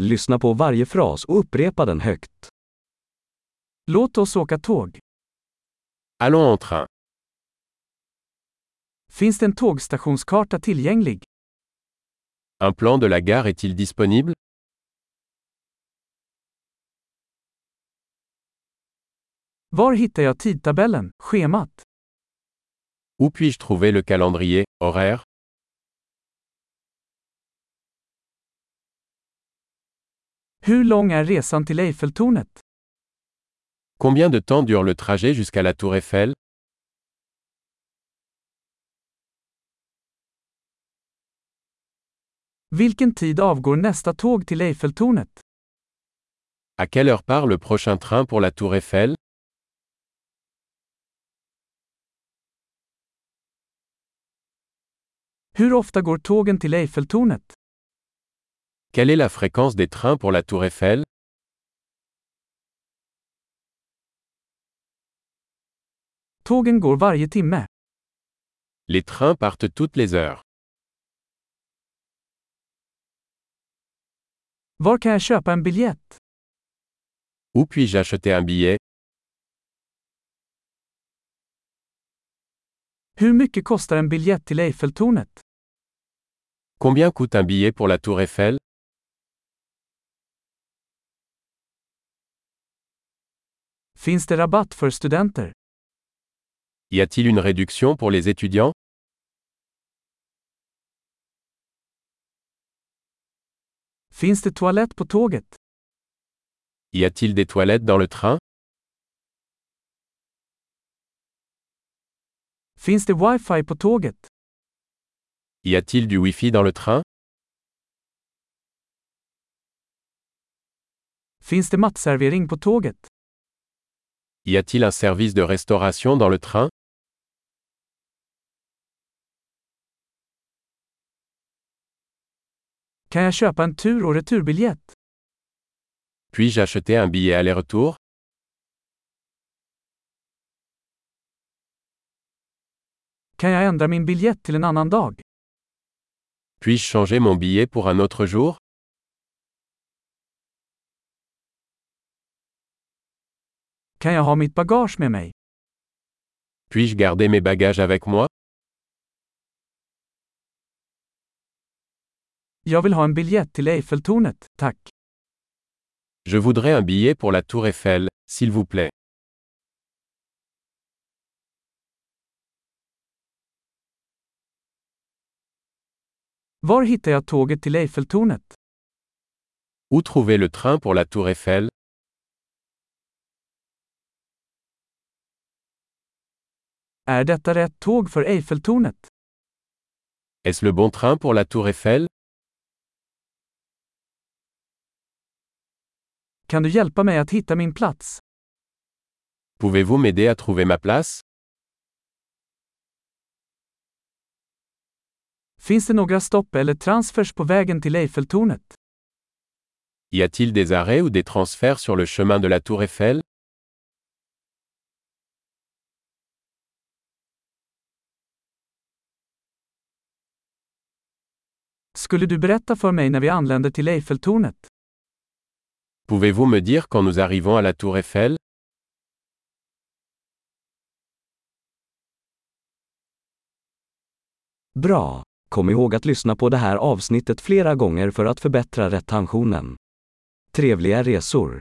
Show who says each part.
Speaker 1: Lyssna på varje fras och upprepa den högt. Låt oss åka tåg.
Speaker 2: Allons en train.
Speaker 1: Finns det en tågstationskarta tillgänglig?
Speaker 2: Un plan de la gare est-il disponible
Speaker 1: Var hittar jag tidtabellen, schemat?
Speaker 2: Où puis-je trouver le calendrier, horaire
Speaker 1: Hur lång är resan till Eiffeltornet?
Speaker 2: Combien de temps dure le trajet jusqu'à la Tour Eiffel
Speaker 1: Vilken tid avgår nästa tåg till Eiffeltornet?
Speaker 2: À quelle heure part le prochain train pour la Tour Eiffel
Speaker 1: Hur ofta går tågen till Eiffeltornet?
Speaker 2: Quelle est la fréquence des trains pour la Tour Eiffel
Speaker 1: Tågen går varje timme.
Speaker 2: Les trains partent toutes les heures.
Speaker 1: Var kan jag köpa en biljett?
Speaker 2: Où puis-je acheter un billet
Speaker 1: Hur mycket kostar en biljett till Eiffeltornet?
Speaker 2: Combien coûte un billet pour la Tour Eiffel
Speaker 1: Finns det rabatt för studenter?
Speaker 2: Y a-t-il une réduction pour les étudiants
Speaker 1: Finns det toalett på tåget?
Speaker 2: Y a-t-il des toilettes dans le train
Speaker 1: Finns det wifi på tåget?
Speaker 2: Y a-t-il du Wi-Fi dans le train
Speaker 1: Finns det matservering på tåget?
Speaker 2: Y a-t-il un service de restauration dans le train
Speaker 1: Kan jag köpa en tur och returbiljett?
Speaker 2: Puis-je acheter un billet aller-retour
Speaker 1: Kan jag ändra min biljett till en annan dag?
Speaker 2: Puis-je changer mon billet pour un autre jour
Speaker 1: Kan jag ha mitt bagage med mig?
Speaker 2: Puis-je garder mes bagages avec moi
Speaker 1: Jag vill ha en biljett till Eiffeltornet, tack.
Speaker 2: Je voudrais un billet pour la Tour Eiffel, s'il vous plaît.
Speaker 1: Var hittar jag tåget till Eiffeltornet?
Speaker 2: Où trouver le train pour la Tour Eiffel
Speaker 1: Är detta rätt tåg för Eiffeltornet?
Speaker 2: Est-ce le bon train pour la Tour Eiffel
Speaker 1: Kan du hjälpa mig att hitta min plats?
Speaker 2: Pouvez-vous m'aider à trouver ma place
Speaker 1: Finns det några stopp eller transfers på vägen till Eiffeltornet?
Speaker 2: Y a-t-il des arrêts ou des transferts sur le chemin de la Tour Eiffel
Speaker 1: Skulle du berätta för mig när vi anländer till Eiffeltornet?
Speaker 2: Pouvez-vous me dire quand nous arrivons à la Tour Eiffel
Speaker 1: Bra! Kom ihåg att lyssna på det här avsnittet flera gånger för att förbättra retentionen. Trevliga resor!